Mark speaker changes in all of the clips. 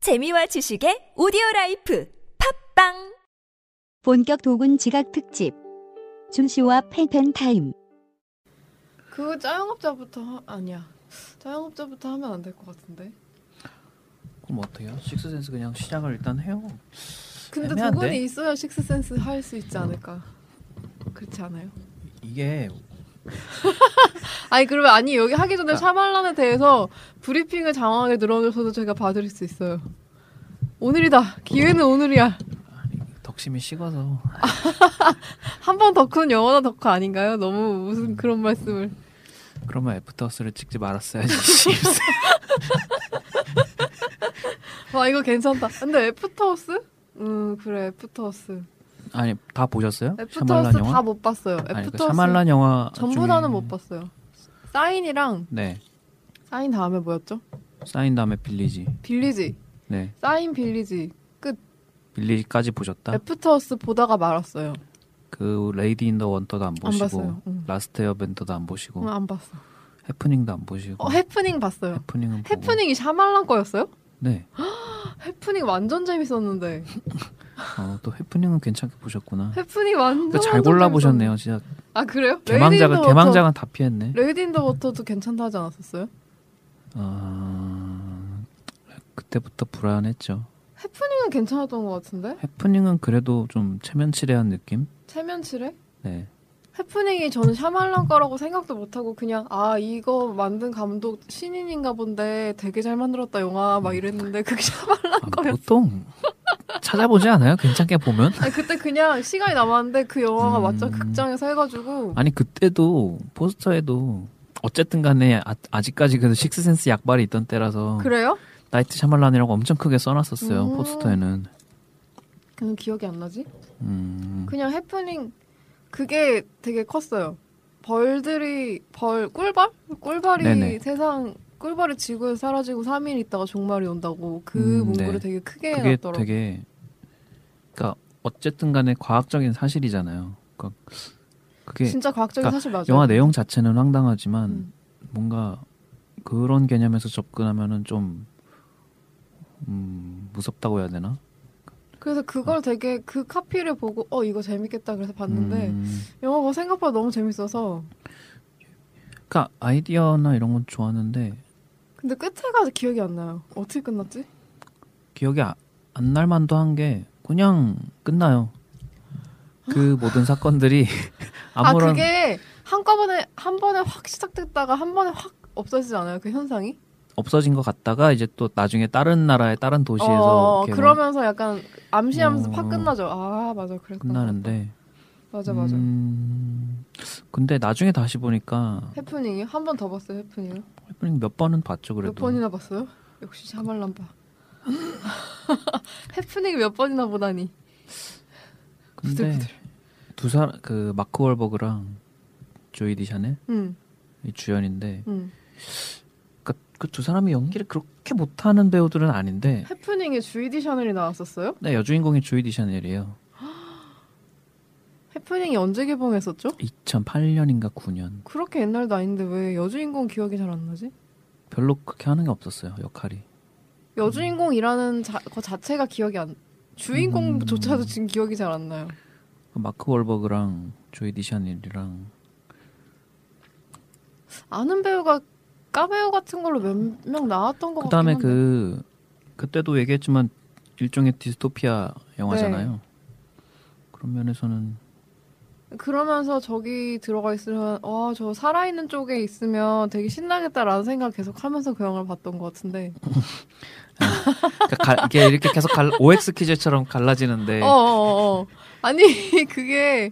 Speaker 1: 재미와 지식의 오디오 라이프 팝빵
Speaker 2: 본격 도군 지각 특집 준씨와 펜펜 타임
Speaker 3: 그 짜영업자부터 하- 아니야. 짜영업자부터 하면 안 될 것 같은데.
Speaker 4: 그럼 어때요? 식스센스 그냥 시작을 일단 해요.
Speaker 3: 근데
Speaker 4: 애매한데?
Speaker 3: 도건이 있어야 식스센스 할 수 있지 않을까. 그렇지 않아요?
Speaker 4: 이게
Speaker 3: 아니 그러면 아니 여기 하기 전에
Speaker 4: 아.
Speaker 3: 샤말란에 대해서 브리핑을 장황하게 들어주셔도 제가 봐드릴 수 있어요. 오늘이다. 기회는 오늘이야.
Speaker 4: 덕심이 식어서
Speaker 3: 한 번 덕후는 영원한 덕후 아닌가요? 너무 무슨 그런 말씀을.
Speaker 4: 그러면 애프터스를 찍지 말았어야지.
Speaker 3: 와 이거 괜찮다. 근데 애프터호스? 음 그래 애프터호스.
Speaker 4: 아니 다 보셨어요?
Speaker 3: 애프터호스
Speaker 4: 영화?
Speaker 3: 다 못 봤어요.
Speaker 4: 아니 그
Speaker 3: 애프터호스
Speaker 4: 샤말란 영화
Speaker 3: 전부
Speaker 4: 중에-
Speaker 3: 다는 못 봤어요. 사인이랑
Speaker 4: 네
Speaker 3: 사인 다음에 뭐였죠?
Speaker 4: 사인 다음에 빌리지.
Speaker 3: 빌리지
Speaker 4: 네
Speaker 3: 사인 빌리지 끝
Speaker 4: 빌리지까지 보셨다.
Speaker 3: 애프터스 보다가 말았어요.
Speaker 4: 그 레이디 인 더 원터도 안 보시고
Speaker 3: 봤어요. 응.
Speaker 4: 라스트 에어벤더도 안 보시고
Speaker 3: 응, 음, 안 봤어.
Speaker 4: 해프닝도 안 보시고
Speaker 3: 어 해프닝 봤어요.
Speaker 4: 해프닝은 보고.
Speaker 3: 해프닝이 샤말란 거였어요?
Speaker 4: 네.
Speaker 3: 해프닝 완전 재밌었는데
Speaker 4: 어, 또 해프닝은 괜찮게 보셨구나.
Speaker 3: 해프닝 완전
Speaker 4: 근데 잘
Speaker 3: 완전
Speaker 4: 골라 보셨네요. 진짜
Speaker 3: 재밌었는데. 아 그래요?
Speaker 4: 개망작은
Speaker 3: 레이디 인더
Speaker 4: 개망작은 다 피했네.
Speaker 3: 워터, 레이디 인더 워터도 괜찮다 하지 않았었어요?
Speaker 4: 아, 그때부터 불안했죠.
Speaker 3: 해프닝은 괜찮았던 것 같은데
Speaker 4: 해프닝은 그래도 좀 체면치레한 느낌?
Speaker 3: 체면치레?
Speaker 4: 네.
Speaker 3: 해프닝이 저는 샤말란 거라고 생각도 못하고 그냥 아 이거 만든 감독 신인인가 본데 되게 잘 만들었다 영화
Speaker 4: 음.
Speaker 3: 막 이랬는데 그게 샤말란
Speaker 4: 아,
Speaker 3: 거였어.
Speaker 4: 보통 찾아보지 않아요? 괜찮게 보면?
Speaker 3: 아니, 그때 그냥 시간이 남았는데 그 영화가
Speaker 4: 음.
Speaker 3: 완전 극장에서 해가지고
Speaker 4: 아니, 그때도 포스터에도 어쨌든 간에 아, 직까지 그래도 식스센스 약발이 있던 때라서
Speaker 3: 그래요?
Speaker 4: 나이트 샤말란이라고 엄청 크게 써놨었어요.
Speaker 3: 음.
Speaker 4: 포스터에는.
Speaker 3: 그냥 기억이 안 나지?
Speaker 4: 음,
Speaker 3: 그냥 해프닝 그게 되게 컸어요. 벌들이 벌 꿀벌? 꿀벌이
Speaker 4: 네네.
Speaker 3: 세상 꿀벌이 지구에 사라지고 3일 있다가 종말이 온다고 그
Speaker 4: 음,
Speaker 3: 문구를
Speaker 4: 네.
Speaker 3: 되게 크게
Speaker 4: 그게
Speaker 3: 해놨더라고. 요
Speaker 4: 되게 그러니까 어쨌든 간에 과학적인 사실이잖아요. 그러니까 그게
Speaker 3: 진짜 과학적인
Speaker 4: 그러니까
Speaker 3: 사실 맞아요.
Speaker 4: 영화 내용 자체는 황당하지만
Speaker 3: 음.
Speaker 4: 뭔가 그런 개념에서 접근하면은 좀 음, 무섭다고 해야 되나?
Speaker 3: 그래서
Speaker 4: 음.
Speaker 3: 그걸 되게 그 카피를 보고 어 이거 재밌겠다 그래서 봤는데
Speaker 4: 음,
Speaker 3: 영화가 생각보다 너무 재밌어서
Speaker 4: 그러니까 아이디어나 이런 건 좋았는데
Speaker 3: 근데 끝에가 기억이 안 나요. 어떻게 끝났지?
Speaker 4: 기억이 아- 안 날만도 한 게 그냥 끝나요. 그 모든 사건들이
Speaker 3: 아
Speaker 4: 아무런
Speaker 3: 그게 한꺼번에 한 번에 확 시작됐다가 한 번에 확 없어지지 않아요? 그 현상이?
Speaker 4: 없어진 것 같다가 이제 또 나중에 다른 나라의 다른 도시에서
Speaker 3: 어,
Speaker 4: 이렇게
Speaker 3: 그러면서 약간 암시하면서
Speaker 4: 어.
Speaker 3: 팍 끝나죠. 아 맞아 그랬구나.
Speaker 4: 끝나는데
Speaker 3: 맞아 맞아.
Speaker 4: 음, 근데 나중에 다시 보니까
Speaker 3: 해프닝이 한 번 더 봤어요 해프닝.
Speaker 4: 해프닝 몇 번은 봤죠
Speaker 3: 몇
Speaker 4: 그래도
Speaker 3: 번이나 봤어요? 역시 샤말란 봐. 해프닝 몇 번이나 보다니.
Speaker 4: 근데 네. 두 사람 그 마크 월버그랑 조이 디샤넬
Speaker 3: 응
Speaker 4: 이 주연인데
Speaker 3: 응.
Speaker 4: 그 두 사람이 연기를 그렇게 못하는 배우들은 아닌데
Speaker 3: 해프닝에 주이디 샤넬이 나왔었어요?
Speaker 4: 네, 여주인공이 조이 디샤넬이에요.
Speaker 3: 해프닝이 언제 개봉했었죠?
Speaker 4: 2008년인가 9년
Speaker 3: 그렇게 옛날도 아닌데 왜 여주인공 기억이 잘 안 나지?
Speaker 4: 별로 그렇게 하는 게 없었어요 역할이.
Speaker 3: 여주인공이라는 자, 거 자체가 기억이 안 주인공조차도
Speaker 4: 음.
Speaker 3: 지금 기억이 잘 안 나요.
Speaker 4: 그 마크 월버그랑 조이 디샤넬이랑
Speaker 3: 아는 배우가 까배우 같은 걸로 몇 명 나왔던 것 같긴
Speaker 4: 그다음에
Speaker 3: 한데.
Speaker 4: 그 그때도 얘기했지만 일종의 디스토피아 영화잖아요.
Speaker 3: 네.
Speaker 4: 그런 면에서는
Speaker 3: 그러면서 저기 들어가 있으면 와 저 살아있는 쪽에 있으면 되게 신나겠다라는 생각 계속 하면서 그 영화를 봤던 것 같은데
Speaker 4: 그러니까 갈- 이게 이렇게 계속 갈, OX 퀴즈처럼 갈라지는데
Speaker 3: 어어어 아니 그게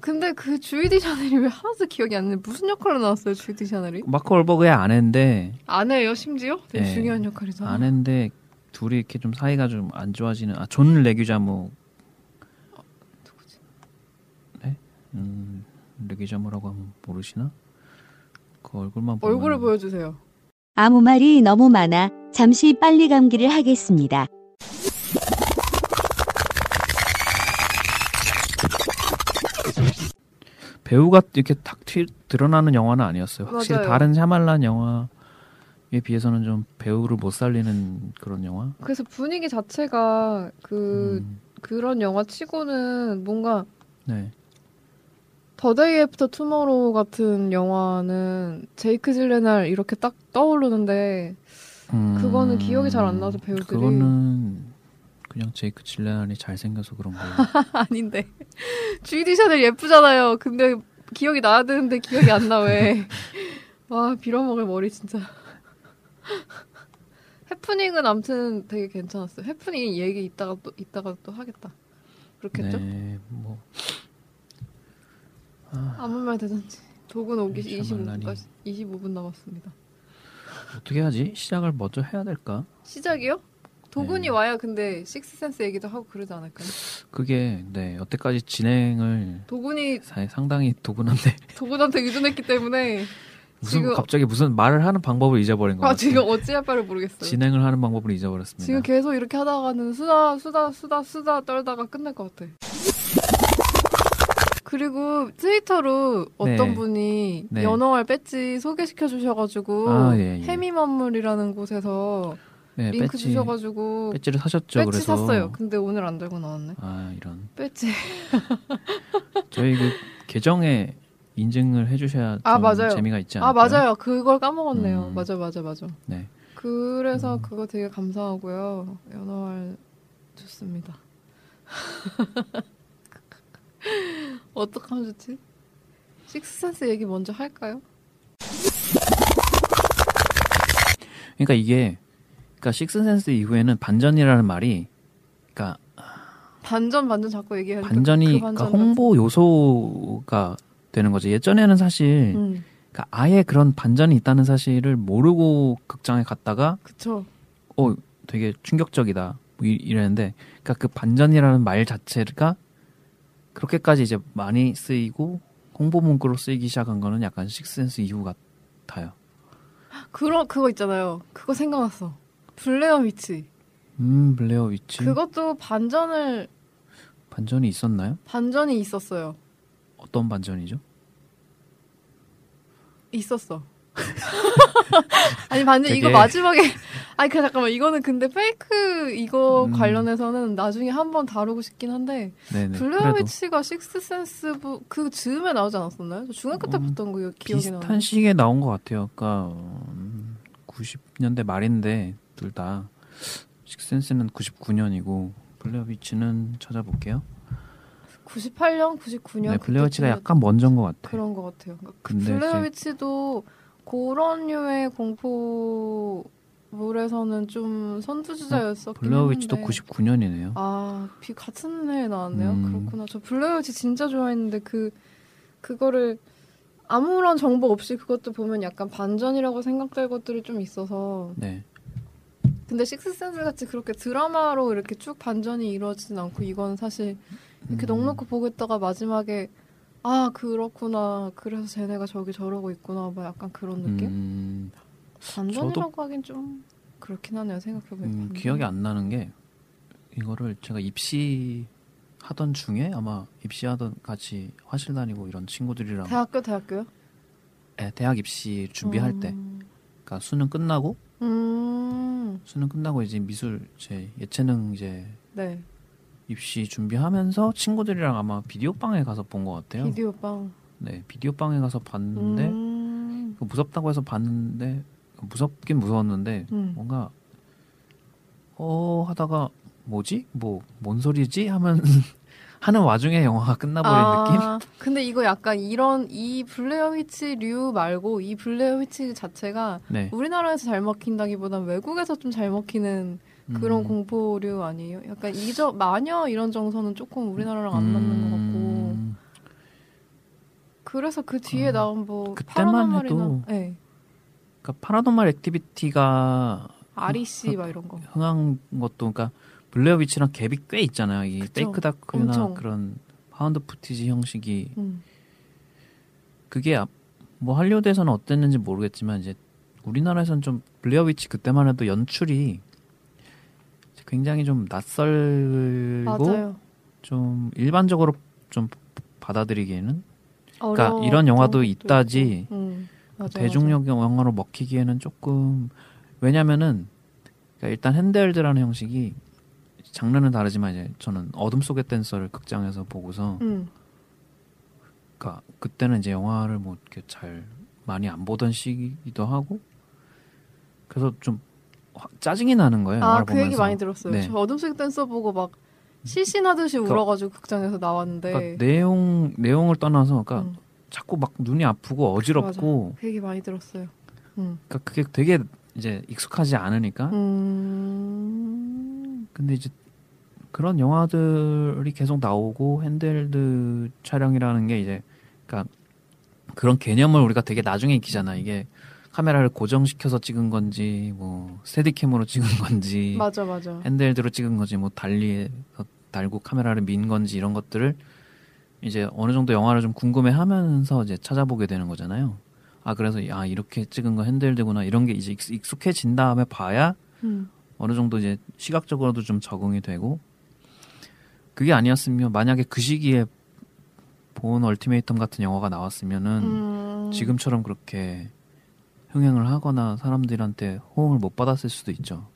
Speaker 3: 근데 그 주이디 샤넬이 왜 하나도 기억이 안 나요 무슨 역할로 나왔어요 주이디 샤넬이
Speaker 4: 마크 월버그의 아내인데
Speaker 3: 아내예요 심지어 되게
Speaker 4: 네.
Speaker 3: 중요한 역할이잖아
Speaker 4: 아는데 둘이 이렇게 좀 사이가 좀 안 좋아지는 아 존 레규자모
Speaker 3: 누구지?
Speaker 4: 네? 음 레규자모라고 하면 모르시나? 그 얼굴만 보면
Speaker 3: 얼굴을 보여주세요
Speaker 2: 아무 말이 너무 많아 잠시 빨리 감기를 하겠습니다
Speaker 4: 배우가 이렇게 탁 튀, 드러나는 영화는 아니었어요. 확실히
Speaker 3: 맞아요.
Speaker 4: 다른 샤말란 영화 에 비해서는 좀 배우를 못 살리는 그런 영화.
Speaker 3: 그래서 분위기 자체가 그
Speaker 4: 음,
Speaker 3: 그런 영화 치고는 뭔가
Speaker 4: 네.
Speaker 3: 더데이 애프터 투모로우 같은 영화는 제이크 질레날 이렇게 딱 떠오르는데
Speaker 4: 음,
Speaker 3: 그거는 기억이 잘안 나서 배우들이-
Speaker 4: 그거는 그냥 제이크 질레한이 잘생겨서 그런 거예요.
Speaker 3: 아닌데 주이디 샤넬 예쁘잖아요. 근데 기억이 나야 되는데 기억이 안 나 왜? 와 빌어먹을 머리 진짜. 해프닝은 아무튼 되게 괜찮았어요. 해프닝 얘기 이따가 또 이따가 또 하겠다. 그렇겠죠?
Speaker 4: 네. 뭐
Speaker 3: 아무 말 대잔치. 도군 오기
Speaker 4: 네, 샤말란이.
Speaker 3: 25분까지 25분 남았습니다.
Speaker 4: 어떻게 하지? 시작을 먼저 해야 될까?
Speaker 3: 시작이요? 도군이
Speaker 4: 네.
Speaker 3: 와야 근데 식스센스 얘기도 하고 그러지 않을까요?
Speaker 4: 그게 네 여태까지 진행을
Speaker 3: 도군이
Speaker 4: 사- 상당히 도군한데
Speaker 3: 도군한테 의존했기
Speaker 4: 네,
Speaker 3: 때문에
Speaker 4: 무슨
Speaker 3: 지금-
Speaker 4: 갑자기 무슨 말을 하는 방법을 잊어버린 것
Speaker 3: 아
Speaker 4: 같아요.
Speaker 3: 지금 어찌할 바를 모르겠어요.
Speaker 4: 진행을 하는 방법을 잊어버렸습니다.
Speaker 3: 지금 계속 이렇게 하다가는 수다 수다 수다 수다 떨다가 끝날 것 같아. 그리고 트위터로 어떤
Speaker 4: 네.
Speaker 3: 분이
Speaker 4: 네.
Speaker 3: 연어알 배지 소개시켜 주셔가지고
Speaker 4: 아, 예, 예.
Speaker 3: 해미만물이라는 곳에서
Speaker 4: 네,
Speaker 3: 링크
Speaker 4: 배지
Speaker 3: 주셔가지고
Speaker 4: 배지를 사셨죠?
Speaker 3: 배지
Speaker 4: 그래서
Speaker 3: 샀어요. 근데 오늘 안 들고 나왔네.
Speaker 4: 아 이런
Speaker 3: 배지
Speaker 4: 저희 그 계정에 인증을 해주셔야
Speaker 3: 아,
Speaker 4: 좀
Speaker 3: 맞아요.
Speaker 4: 재미가 있지 않을까요?
Speaker 3: 아 맞아요. 그걸 까먹었네요.
Speaker 4: 음.
Speaker 3: 맞아 맞아 맞아.
Speaker 4: 네.
Speaker 3: 그래서
Speaker 4: 음.
Speaker 3: 그거 되게 감사하고요. 연어알 좋습니다. 어떡하면 좋지? 식스센스 얘기 먼저 할까요?
Speaker 4: 그러니까 이게 그러니까 식스센스 이후에는 반전이라는 말이 그러니까
Speaker 3: 반전 반전 자꾸 얘기해야 돼.
Speaker 4: 반전이
Speaker 3: 그
Speaker 4: 그러니까
Speaker 3: 반전
Speaker 4: 홍보 요소가 되는 거죠. 예전에는 사실
Speaker 3: 음,
Speaker 4: 그러니까 아예 그런 반전이 있다는 사실을 모르고 극장에 갔다가
Speaker 3: 그쵸.
Speaker 4: 어 되게 충격적이다 뭐 이- 이랬는데 그러니까 그 반전이라는 말 자체가 그렇게까지 이제 많이 쓰이고 홍보 문구로 쓰이기 시작한 거는 약간 식스센스 이후 같아요.
Speaker 3: 그런 그거 있잖아요. 그거 생각났어. 블레어 위치.
Speaker 4: 음 블레어 위치
Speaker 3: 그것도 반전을
Speaker 4: 반전이 있었나요?
Speaker 3: 반전이 있었어요.
Speaker 4: 어떤 반전이죠?
Speaker 3: 있었어. 아니 반전 이거
Speaker 4: 되게-
Speaker 3: 마지막에 아니 그 잠깐만 이거는 근데 페이크 이거
Speaker 4: 음.
Speaker 3: 관련해서는 나중에 한번 다루고 싶긴 한데
Speaker 4: 네네 그래도
Speaker 3: 블레어위치가 식스 센스 그 즈음에 나오지 않았었나요? 저 중학교 때
Speaker 4: 음,
Speaker 3: 봤던 거 기억이 나요.
Speaker 4: 비슷한 시기에 나온 것 같아요. 그러니까 음, 90년대 말인데 둘 다 식센스는 99년이고 블레어 위치는 찾아볼게요.
Speaker 3: 98년, 99년.
Speaker 4: 네, 블레어 위치가 약간 먼저인 것 같아요.
Speaker 3: 그런 것 같아요. 그러니까 그
Speaker 4: 근데
Speaker 3: 블레어위치도 그런 류의 공포물에서는 좀 선두주자였었긴
Speaker 4: 블레어 위치도
Speaker 3: 했는데.
Speaker 4: 99년이네요.
Speaker 3: 아, 비 같은 해에 나왔네요.
Speaker 4: 음.
Speaker 3: 그렇구나. 저 블레어위치 진짜 좋아했는데 그 그거를 아무런 정보 없이 그것도 보면 약간 반전이라고 생각될 것들이 좀 있어서
Speaker 4: 네.
Speaker 3: 근데 식스센스 같이 그렇게 드라마로 이렇게 쭉 반전이 이루어지진 않고 이건 사실 이렇게
Speaker 4: 음.
Speaker 3: 넉넉히 보고 있다가 마지막에 아 그렇구나 그래서 쟤네가 저기 저러고 있구나 뭐 약간 그런 느낌 네,
Speaker 4: 음,
Speaker 3: 반전이라고 하긴 좀 그렇긴 하네요 생각해보니까
Speaker 4: 음, 기억이 안 나는 게 이거를 제가 입시 하던 중에 아마 입시하던 같이 화실 다니고 이런 친구들이랑
Speaker 3: 대학교 대학교요
Speaker 4: 네, 대학 입시 준비할
Speaker 3: 음.
Speaker 4: 때, 그러니까 수능 끝나고
Speaker 3: 때음네
Speaker 4: 수능 끝나고 이제 미술 제 예체능 이제
Speaker 3: 네.
Speaker 4: 입시 준비하면서 친구들이랑 아마 비디오 방에 가서 본 것 같아요.
Speaker 3: 비디오 빵
Speaker 4: 네, 비디오 방에 가서 봤는데
Speaker 3: 음.
Speaker 4: 그거 무섭다고 해서 봤는데 무섭긴 무서웠는데
Speaker 3: 음.
Speaker 4: 뭔가 어 하다가 뭐지 뭐 뭔 소리지 하면 하는 와중에 영화가 끝나버린
Speaker 3: 아.
Speaker 4: 느낌.
Speaker 3: 근데 이거 약간 이런 이 블레어 위치류 말고 이 블레어 위치 자체가
Speaker 4: 네,
Speaker 3: 우리나라에서 잘 먹힌다기보단 외국에서 좀 잘 먹히는 그런
Speaker 4: 음.
Speaker 3: 공포류 아니에요? 약간 이저 마녀 이런 정서는 조금 우리나라랑 안 맞는 것 같고
Speaker 4: 음,
Speaker 3: 그래서 그 뒤에
Speaker 4: 음.
Speaker 3: 나온 뭐
Speaker 4: 그때만
Speaker 3: 파라노말이나-
Speaker 4: 해도-
Speaker 3: 네.
Speaker 4: 그러니까 파라노말 액티비티가 음.
Speaker 3: 아리씨 막 이런 거
Speaker 4: 흥한 것도 그러니까 블레어 위치랑 갭이 꽤 있잖아요. 이
Speaker 3: 그쵸.
Speaker 4: 페이크 다큐나
Speaker 3: 엄청.
Speaker 4: 그런 파운드 푸티지 형식이
Speaker 3: 음.
Speaker 4: 그게 앞- 뭐 할리우드에서는 어땠는지 모르겠지만 이제 우리나라에서는 좀 블레어 위치 그때만 해도 연출이 굉장히 좀 낯설고
Speaker 3: 맞아요
Speaker 4: 좀 일반적으로 좀 받아들이기에는
Speaker 3: 어려웠던
Speaker 4: 그러니까 이런 영화도
Speaker 3: 것도
Speaker 4: 있다지
Speaker 3: 있고. 음. 맞아,
Speaker 4: 대중력 영화로 먹히기에는 조금 왜냐면은 그러니까 일단 핸드헬드라는 형식이 장르는 다르지만 이제 저는 어둠 속의 댄서를 극장에서 보고서
Speaker 3: 맞아. 응.
Speaker 4: 그러니까 그때는 이제 영화를 뭐 이렇게 잘 많이 안 보던 시기이기도 하고 그래서 좀 화- 짜증이 나는 거예요. 영화를
Speaker 3: 아그 얘기
Speaker 4: 네, 보면서.
Speaker 3: 많이 들었어요.
Speaker 4: 네.
Speaker 3: 저 어둠 속 댄서 보고 막 실신하듯이
Speaker 4: 그러니까-
Speaker 3: 울어가지고 극장에서 나왔는데
Speaker 4: 그러니까 내용 내용을 떠나서 그러니까
Speaker 3: 응.
Speaker 4: 자꾸 막 눈이 아프고 어지럽고
Speaker 3: 그 얘기 많이 들었어요.
Speaker 4: 그러니까 그게 되게 이제 익숙하지 않으니까 음.
Speaker 3: 음.
Speaker 4: 근데 이제 그런 영화들이 계속 나오고 핸들드 촬영이라는 게 이제 그러니까 그런 개념을 우리가 되게 나중에 익히잖아. 이게 카메라를 고정시켜서 찍은 건지 뭐 스테디캠으로 찍은 건지
Speaker 3: 음. 맞아 맞아.
Speaker 4: 핸들드로 찍은 건지 뭐 달리에서 달고 카메라를 민 건지 이런 것들을 이제 어느 정도 영화를 좀 궁금해하면서 이제 찾아보게 되는 거잖아요. 아 그래서 아 이렇게 찍은 거 핸들드구나 이런 게 이제 익- 익숙해진 다음에 봐야
Speaker 3: 음.
Speaker 4: 어느 정도 이제 시각적으로도 좀 적응이 되고 그게 아니었으면 만약에 그 시기에 본 얼티메이텀 같은 영화가 나왔으면은
Speaker 3: 음.
Speaker 4: 지금처럼 그렇게 흥행을 하거나 사람들한테 호응을 못 받았을 수도 있죠.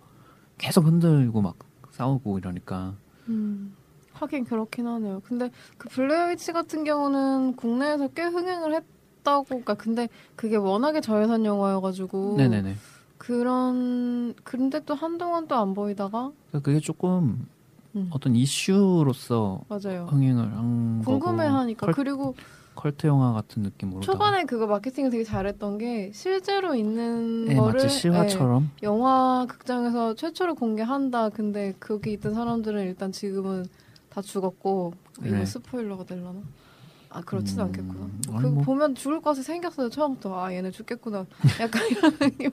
Speaker 4: 계속 흔들고 막 싸우고 이러니까
Speaker 3: 음, 하긴 그렇긴 하네요. 근데 그 블레어위치 같은 경우는 국내에서 꽤 흥행을 했다고, 그러니까 근데 그게 워낙에 저예산 영화여가지고
Speaker 4: 네네네.
Speaker 3: 그런 근데 또 한동안 또 안 보이다가
Speaker 4: 그러니까 그게 조금
Speaker 3: 음.
Speaker 4: 어떤 이슈로서
Speaker 3: 맞아요.
Speaker 4: 흥행을 한 거고
Speaker 3: 궁금해하니까
Speaker 4: 컬-
Speaker 3: 그리고
Speaker 4: 컬트 영화 같은 느낌으로
Speaker 3: 초반에 그거 마케팅을 되게 잘했던 게 실제로 있는
Speaker 4: 네,
Speaker 3: 거를
Speaker 4: 마치
Speaker 3: 예,
Speaker 4: 실화처럼
Speaker 3: 영화 극장에서 최초로 공개한다. 근데 거기 있던 사람들은 일단 지금은 다 죽었고 이거
Speaker 4: 네.
Speaker 3: 스포일러가 되려나? 아 그렇진
Speaker 4: 음,
Speaker 3: 않겠구나. 뭐
Speaker 4: 아니,
Speaker 3: 그거
Speaker 4: 뭐.
Speaker 3: 보면 죽을 것 같이 생겼어요 처음부터. 아 얘네 죽겠구나. 약간 이런 느낌이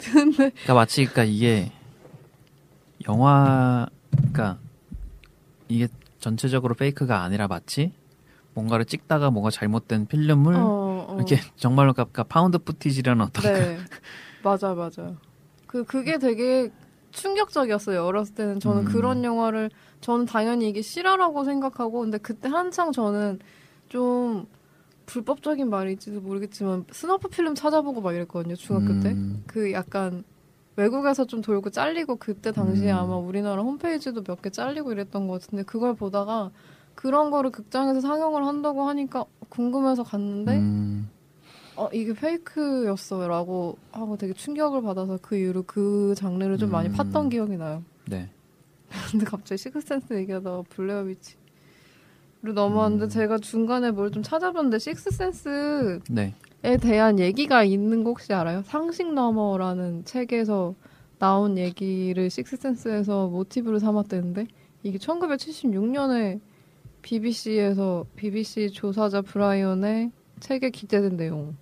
Speaker 3: 드는데.
Speaker 4: 그러니까 마치 그러니까 이게 영화 그러니까 이게 전체적으로 페이크가 아니라 마치 뭔가를 찍다가 뭐가 잘못된 필름을
Speaker 3: 어, 어.
Speaker 4: 이렇게 정말로 그러니까 파운드 푸티지라는 어떤 그
Speaker 3: 네 맞아 맞아. 그 그게 되게 충격적이었어요. 어렸을 때는 저는
Speaker 4: 음.
Speaker 3: 그런 영화를 저는 당연히 이게 실화라고 생각하고 근데 그때 한창 저는 좀 불법적인 말일지도 모르겠지만 스너프 필름 찾아보고 막 이랬거든요 중학교 때.
Speaker 4: 음,
Speaker 3: 그 약간 외국에서 좀 돌고 잘리고 그때 당시에
Speaker 4: 음.
Speaker 3: 아마 우리나라 홈페이지도 몇 개 잘리고 이랬던 것 같은데 그걸 보다가 그런 거를 극장에서 상영을 한다고 하니까 궁금해서 갔는데
Speaker 4: 음,
Speaker 3: 어 이게 페이크였어라고 하고 되게 충격을 받아서 그 이후로 그 장르를 좀 많이
Speaker 4: 음.
Speaker 3: 팠던 기억이 나요.
Speaker 4: 네.
Speaker 3: 근데 갑자기 식스센스 얘기하다가 블레어 위치로 넘어왔는데
Speaker 4: 음.
Speaker 3: 제가 중간에 뭘 좀 찾아봤는데 식스센스
Speaker 4: 네.
Speaker 3: 에 대한 얘기가 있는 거 혹시 알아요? 상식 너머라는 책에서 나온 얘기를 식스센스에서 모티브를 삼았대는데 이게 1976년에 BBC에서 BBC 조사자 브라이언의 책에 기재된 내용.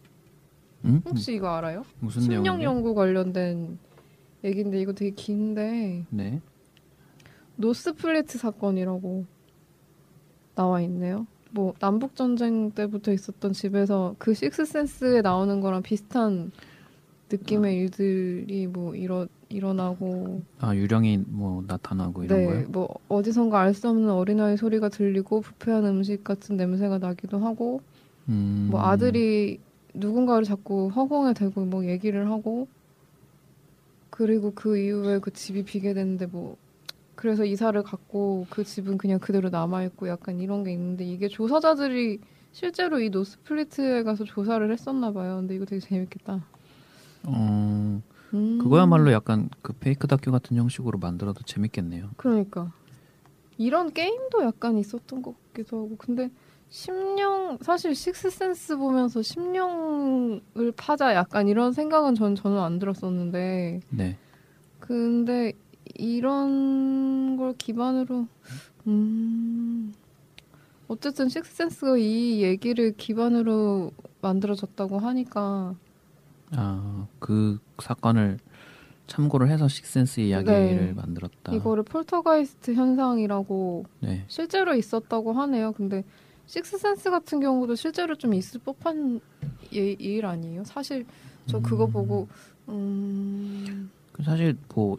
Speaker 4: 음?
Speaker 3: 혹시 이거 알아요?
Speaker 4: 무슨
Speaker 3: 심령
Speaker 4: 내용이요?
Speaker 3: 연구 관련된 얘기인데 이거 되게 긴데
Speaker 4: 네.
Speaker 3: 노스플리트 사건이라고 나와 있네요. 뭐 남북 전쟁 때부터 있었던 집에서 그 식스센스에 나오는 거랑 비슷한 느낌의
Speaker 4: 음.
Speaker 3: 일들이 뭐 일어 일어나고
Speaker 4: 아 유령이 뭐 나타나고 이런
Speaker 3: 네
Speaker 4: 거요?
Speaker 3: 뭐 어디선가 알 수 없는 어린아이 소리가 들리고 부패한 음식 같은 냄새가 나기도 하고
Speaker 4: 음,
Speaker 3: 뭐 아들이 누군가를 자꾸 허공에 대고 뭐 얘기를 하고 그리고 그 이후에 그 집이 비게 됐는데 뭐 그래서 이사를 갔고 그 집은 그냥 그대로 남아 있고 약간 이런 게 있는데 이게 조사자들이 실제로 이 노스플리트에 가서 조사를 했었나 봐요. 근데 이거 되게 재밌겠다.
Speaker 4: 어,
Speaker 3: 음.
Speaker 4: 그거야말로 약간 그 페이크 다큐 같은 형식으로 만들어도 재밌겠네요.
Speaker 3: 그러니까 이런 게임도 약간 있었던 것 같기도 하고 근데 심령 사실 식스센스 보면서 심령을 파자 약간 이런 생각은 전 저는 안 들었었는데
Speaker 4: 네.
Speaker 3: 근데 이런 걸 기반으로 음 어쨌든 식스센스가 이 얘기를 기반으로 만들어졌다고 하니까
Speaker 4: 아그 사건을 참고를 해서 식센스 이야기를
Speaker 3: 네.
Speaker 4: 만들었다.
Speaker 3: 이거를 폴터가이스트 현상이라고
Speaker 4: 네.
Speaker 3: 실제로 있었다고 하네요. 근데 식스센스 같은 경우도 실제로 좀 있을 법한 예- 일 아니에요? 사실 저 그거
Speaker 4: 음.
Speaker 3: 보고 음...
Speaker 4: 그 사실 뭐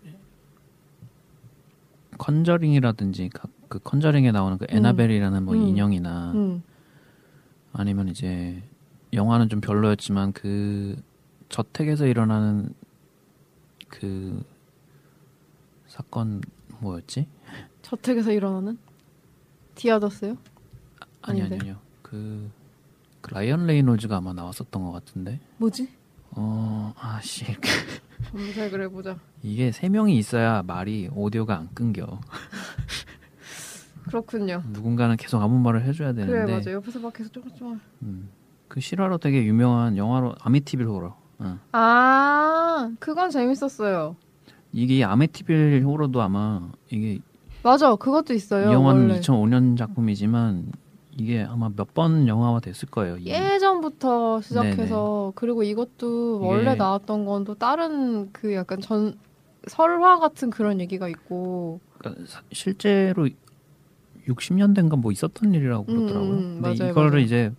Speaker 4: 컨저링이라든지 각- 그 컨저링에 나오는 그
Speaker 3: 음.
Speaker 4: 에나벨이라는 뭐
Speaker 3: 음.
Speaker 4: 인형이나
Speaker 3: 음,
Speaker 4: 아니면 이제 영화는 좀 별로였지만 그 저택에서 일어나는 그 사건 뭐였지?
Speaker 3: 저택에서 일어나는 디아더스요?
Speaker 4: 아니
Speaker 3: 아닌데.
Speaker 4: 아니요. 그, 그 라이언 레이놀즈가 아마 나왔었던 것 같은데.
Speaker 3: 뭐지?
Speaker 4: 어, 아씨.
Speaker 3: 검색을 해보자.
Speaker 4: 이게 세 명이 있어야 말이 오디오가 안 끊겨.
Speaker 3: 그렇군요.
Speaker 4: 누군가는 계속 아무 말을 해줘야
Speaker 3: 그래
Speaker 4: 되는데.
Speaker 3: 맞아. 옆에서 막 계속 조금 조금.
Speaker 4: 음, 그 실화로 되게 유명한 영화로 아미티빌 호러. 어. 응.
Speaker 3: 아 그건 재밌었어요.
Speaker 4: 이게 이 아미티빌 호러도 아마 이게
Speaker 3: 맞아. 그것도
Speaker 4: 이
Speaker 3: 있어요.
Speaker 4: 영화는
Speaker 3: 네, 원래
Speaker 4: 2005년 작품이지만 이게 아마 몇 번 영화화 됐을 거예요. 이
Speaker 3: 예전부터 시작해서 그리고 이것도
Speaker 4: 이게-
Speaker 3: 원래 나왔던 건 또 다른 그 약간 전 설화 같은 그런 얘기가 있고
Speaker 4: 그러니까 사- 실제로 60년대인가 뭐 있었던 일이라고
Speaker 3: 음,
Speaker 4: 그러더라고요.
Speaker 3: 음,
Speaker 4: 근데
Speaker 3: 맞아요,
Speaker 4: 이거를
Speaker 3: 맞아요.
Speaker 4: 이제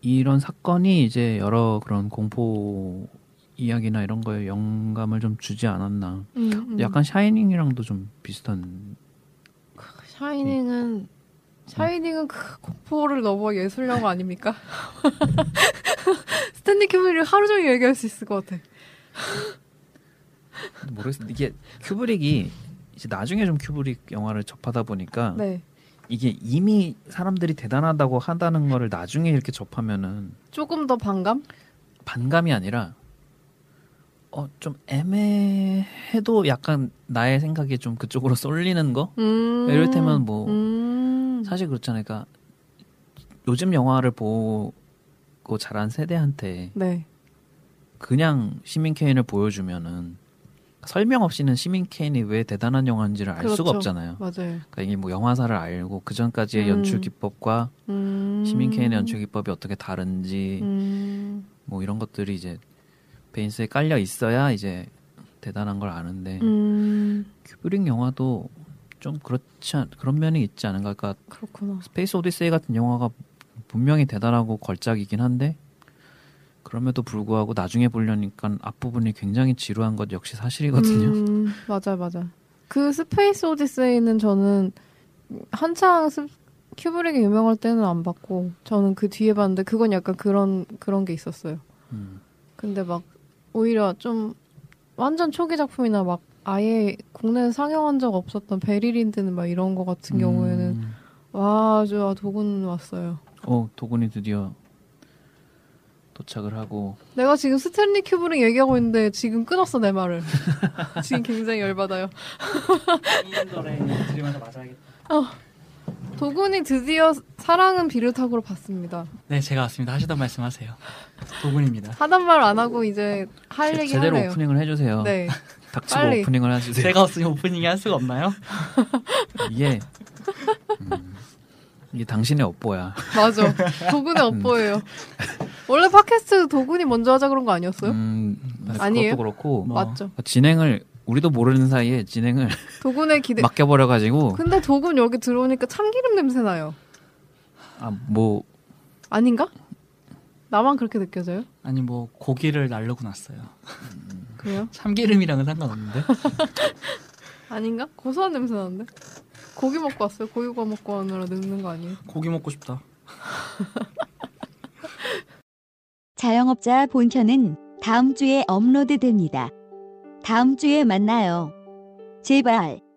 Speaker 4: 이런 사건이 이제 여러 그런 공포 이야기나 이런 거에 영감을 좀 주지 않았나.
Speaker 3: 음, 음.
Speaker 4: 약간 샤이닝이랑도 좀 비슷한. 음.
Speaker 3: 샤이닝은 샤이닝은 그 공포를 넘어 예술 영화 아닙니까? 스탠리 큐브릭 하루 종일 얘기할 수 있을 것 같아.
Speaker 4: 모르겠어. 이게 큐브릭이 이제 나중에 좀 큐브릭 영화를 접하다 보니까
Speaker 3: 네.
Speaker 4: 이게 이미 사람들이 대단하다고 한다는 거를 나중에 이렇게 접하면은
Speaker 3: 조금 더 반감?
Speaker 4: 반감이 아니라 어 좀 애매해도 약간 나의 생각이 좀 그쪽으로 쏠리는 거
Speaker 3: 음.
Speaker 4: 이를테면 뭐
Speaker 3: 음.
Speaker 4: 사실 그렇잖아요. 그러니까 요즘 영화를 보고 자란 세대한테
Speaker 3: 네.
Speaker 4: 그냥 시민 케인을 보여주면은 설명 없이는 시민 케인이 왜 대단한 영화인지를 알 수가
Speaker 3: 그렇죠.
Speaker 4: 없잖아요.
Speaker 3: 맞아요.
Speaker 4: 그러니까 이게 뭐 영화사를 알고 그 전까지의
Speaker 3: 음.
Speaker 4: 연출 기법과
Speaker 3: 음.
Speaker 4: 시민 케인의 연출 기법이 어떻게 다른지
Speaker 3: 음.
Speaker 4: 뭐 이런 것들이 이제 베인스에 깔려 있어야 이제 대단한 걸 아는데
Speaker 3: 음.
Speaker 4: 큐브릭 영화도 좀 그렇지 않, 그런 면이 있지 않은가 그러니까
Speaker 3: 그렇구나.
Speaker 4: 스페이스 오디세이 같은 영화가 분명히 대단하고 걸작이긴 한데 그럼에도 불구하고 나중에 보려니까 앞부분이 굉장히 지루한 것 역시 사실이거든요.
Speaker 3: 음, 맞아, 맞아. 그 스페이스 오디세이는 저는 한창 스, 큐브릭이 유명할 때는 안 봤고, 저는 그 뒤에 봤는데, 그건 약간 그런, 그런 게 있었어요.
Speaker 4: 음.
Speaker 3: 근데 막, 오히려 좀, 완전 초기 작품이나 막, 아예 국내에 상영한 적 없었던 베리린드는 막 이런 거 같은 경우에는,
Speaker 4: 음.
Speaker 3: 와, 저 도군 왔어요.
Speaker 4: 어 도군이 드디어 도착을 하고
Speaker 3: 내가 지금 스탠리 큐브릭 얘기하고 있는데, 지금 끊었어, 내 말을. 지금 굉장히 열받아요. 어, 도군이 드디어 사랑은 비루타고로 봤습니다.
Speaker 5: 네, 제가 왔습니다. 하시던 말씀하세요. 도군입니다.
Speaker 3: 하단 말 안 하고 이제 할
Speaker 4: 제-
Speaker 3: 얘기
Speaker 4: 제대로
Speaker 3: 하네요.
Speaker 4: 오프닝을 해주세요.
Speaker 3: 네,
Speaker 4: 닥치고
Speaker 3: 빨리.
Speaker 4: 오프닝을 해주세요.
Speaker 5: 제가 없으면 오프닝이 할 수가 없나요?
Speaker 4: 이게 음, 이게 당신의 업보야.
Speaker 3: 맞아. 도군의
Speaker 4: 음.
Speaker 3: 업보예요. 원래 팟캐스트 도군이 먼저 하자 그런 거 아니었어요?
Speaker 4: 음,
Speaker 3: 아니에요?
Speaker 4: 그것도 그렇고
Speaker 5: 뭐.
Speaker 3: 맞죠.
Speaker 4: 진행을 우리도 모르는 사이에 진행을
Speaker 3: 도군의 기대.
Speaker 4: 맡겨버려 가지고
Speaker 3: 근데 도군 여기 들어오니까 참기름 냄새 나요.
Speaker 4: 아뭐
Speaker 3: 아닌가? 나만 그렇게 느껴져요?
Speaker 5: 아니 뭐 고기를 날르고 났어요.
Speaker 3: 그래요?
Speaker 5: 참기름이랑은 상관없는데.
Speaker 3: 아닌가? 고소한 냄새 나는데? 고기 먹고 왔어요? 고기 구워 먹고 오느라 늙는 거 아니에요?
Speaker 5: 고기 먹고 싶다.
Speaker 2: 자영업자 본편은 다음 주에 업로드됩니다. 다음 주에 만나요. 제발.